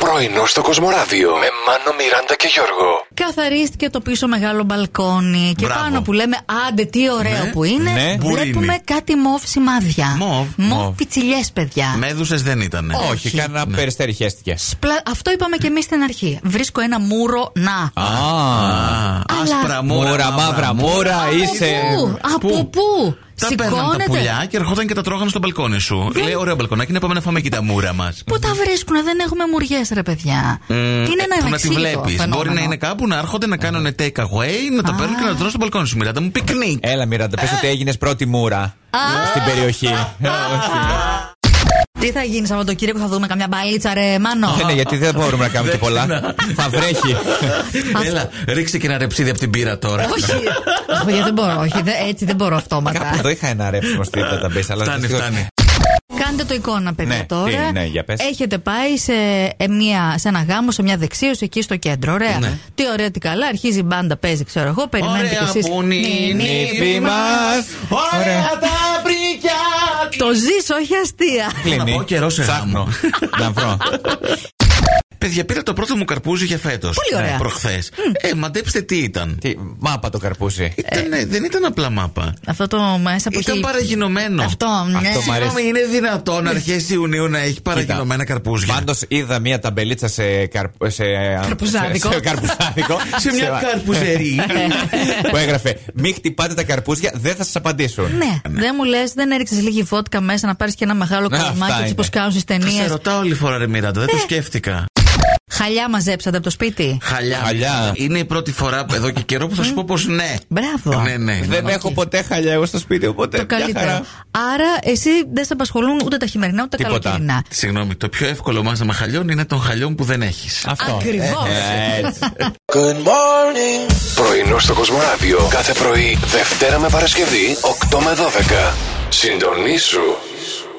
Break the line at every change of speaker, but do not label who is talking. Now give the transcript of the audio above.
Πρωινό στο Κοσμοράδιο με Μάνο, Μιράντα και Γιώργο.
Καθαρίστηκε το πίσω μεγάλο μπαλκόνι. Και
Μπράβο.
πάνω που λέμε, άντε τι ωραίο
Ναι,
που είναι.
ναι.
Βλέπουμε
Μπουρίνι.
κάτι μοβ σημάδια.
Μοβ, μοβ.
πιτσιλιές, παιδιά.
Μέδουσε δεν ήταν.
Ναι. Όχι, κανένα περιστέρι χέστηκε.
Σπλα- Αυτό είπαμε και εμείς στην αρχή. Βρίσκω ένα μούρο να.
Α,
Άσπρα
μούρα, μαύρα, μούρα, είσαι.
Πού, από πού,
Τα παίρναν τα
σηκώνεται.
πουλιά και ερχόταν και τα τρώγανε στο μπαλκόνι σου. Λέει ωραίο μπαλκονάκι, να πάμε να φάμε εκεί τα μούρα μας.
Πού τα βρίσκουν, δεν έχουμε μουριές, ρε παιδιά. Είναι ένα
Ε, Που να τη
ανεξήγητο
βλέπεις. Μπορεί
φαινόμενο.
να είναι κάπου, να έρχονται να κάνουν take away, να τα παίρνουν και να τα τρώνε στο μπαλκόνι σου. Μιλάτε μου, πικνίκ.
Έλα, Μιράντα, πες ότι έγινες πρώτη μούρα στην περιοχή.
Τι θα γίνει Σαββατοκύριακο, θα δούμε καμιά μπαλίτσα, ρε Μάνο.
Ναι, ναι, γιατί δεν μπορούμε να κάνουμε και πολλά. Θα βρέχει.
Έλα, ρίξε και ένα ρεψίδι από την πύρα τώρα.
Όχι. Αχ, παιδιά, δεν μπορώ, όχι, δεν- έτσι δεν μπορώ αυτόματα.
Κάπου εδώ είχα ένα ρέψιμο στη database, αλλά
Φτάνει,
δυστυχώς-
φτάνει.
Κάντε το εικόνα, παιδιά,
Ναι,
τώρα.
τι, ναι, για πες.
Έχετε πάει σε, ε, μια, σε ένα γάμο, σε μια δεξίωση εκεί στο κέντρο. Ωραία. Τι ωραία, τι καλά. Αρχίζει η μπάντα, παίζει, ξέρω εγώ. Περιμένετε κι
Ναι.
Ναι,
Ωραία
εσείς.
που είναι η
ναι.
Νύφη μας.
Ωραία
Ωραία.
τα βρήκια!
Το ζεις, όχι αστεία.
Κλείνει.
Πάω καιρό σε
Ψάχνω. Να ε, βρω.
Παιδιά, πήρα το πρώτο μου καρπούζι για φέτος.
Πολύ ωραία.
Προχθέ. Ε, μαντέψτε τι ήταν.
Τι, μάπα το καρπούζι.
Ε.
Ήτανε- δεν ήταν απλά μάπα.
Αυτό το μέσα από
Ήταν
εκεί.
παραγινωμένο.
Αυτό, ναι.
Αυτό μ' αρέσει.
Συγγνώμη, είναι δυνατόν αρχές Ιουνίου να έχει παραγινωμένα καρπούζια.
Πάντως είδα μία ταμπελίτσα σε, καρπ- σε,
Καρπουζάδικο.
σε- σε καρπουζάδικο.
Σε μια καρπουζερή.
που έγραφε Μη χτυπάτε τα καρπούζια, δεν θα σας απαντήσουν.
Ναι, δεν μου λες, δεν έριξες λίγη βότκα μέσα να πάρεις και ένα μεγάλο
Ναι, αυτά
καλαμάκι
είναι.
όπως κάνουν στις
Σε
ταινίε.
ρωτάω όλη φορά, ρε Μιράντα,
Ε.
δεν το σκέφτηκα.
Χαλιά μαζέψατε από το σπίτι.
Χαλιά.
Χαλιά.
Είναι η πρώτη φορά εδώ και καιρό που θα σου πω πως ναι.
Ε. Μπράβο.
Ναι, ναι.
Δεν έχω ποτέ χαλιά εγώ στο σπίτι, οπότε.
Το
μια
καλύτερο.
χαρά.
Άρα, εσύ δεν σε απασχολούν ούτε τα χειμερινά ούτε τα
Τίποτα.
καλοκαιρινά.
Συγγνώμη, το πιο εύκολο μάζαμα χαλιών είναι των χαλιών που δεν έχεις.
Αυτό.
Ακριβώς.
Ε, έτσι.
Πρωινό στο Κοσμοράδιο κάθε πρωί, Δευτέρα με Παρασκευή, 8 με 12. Συντονίσου.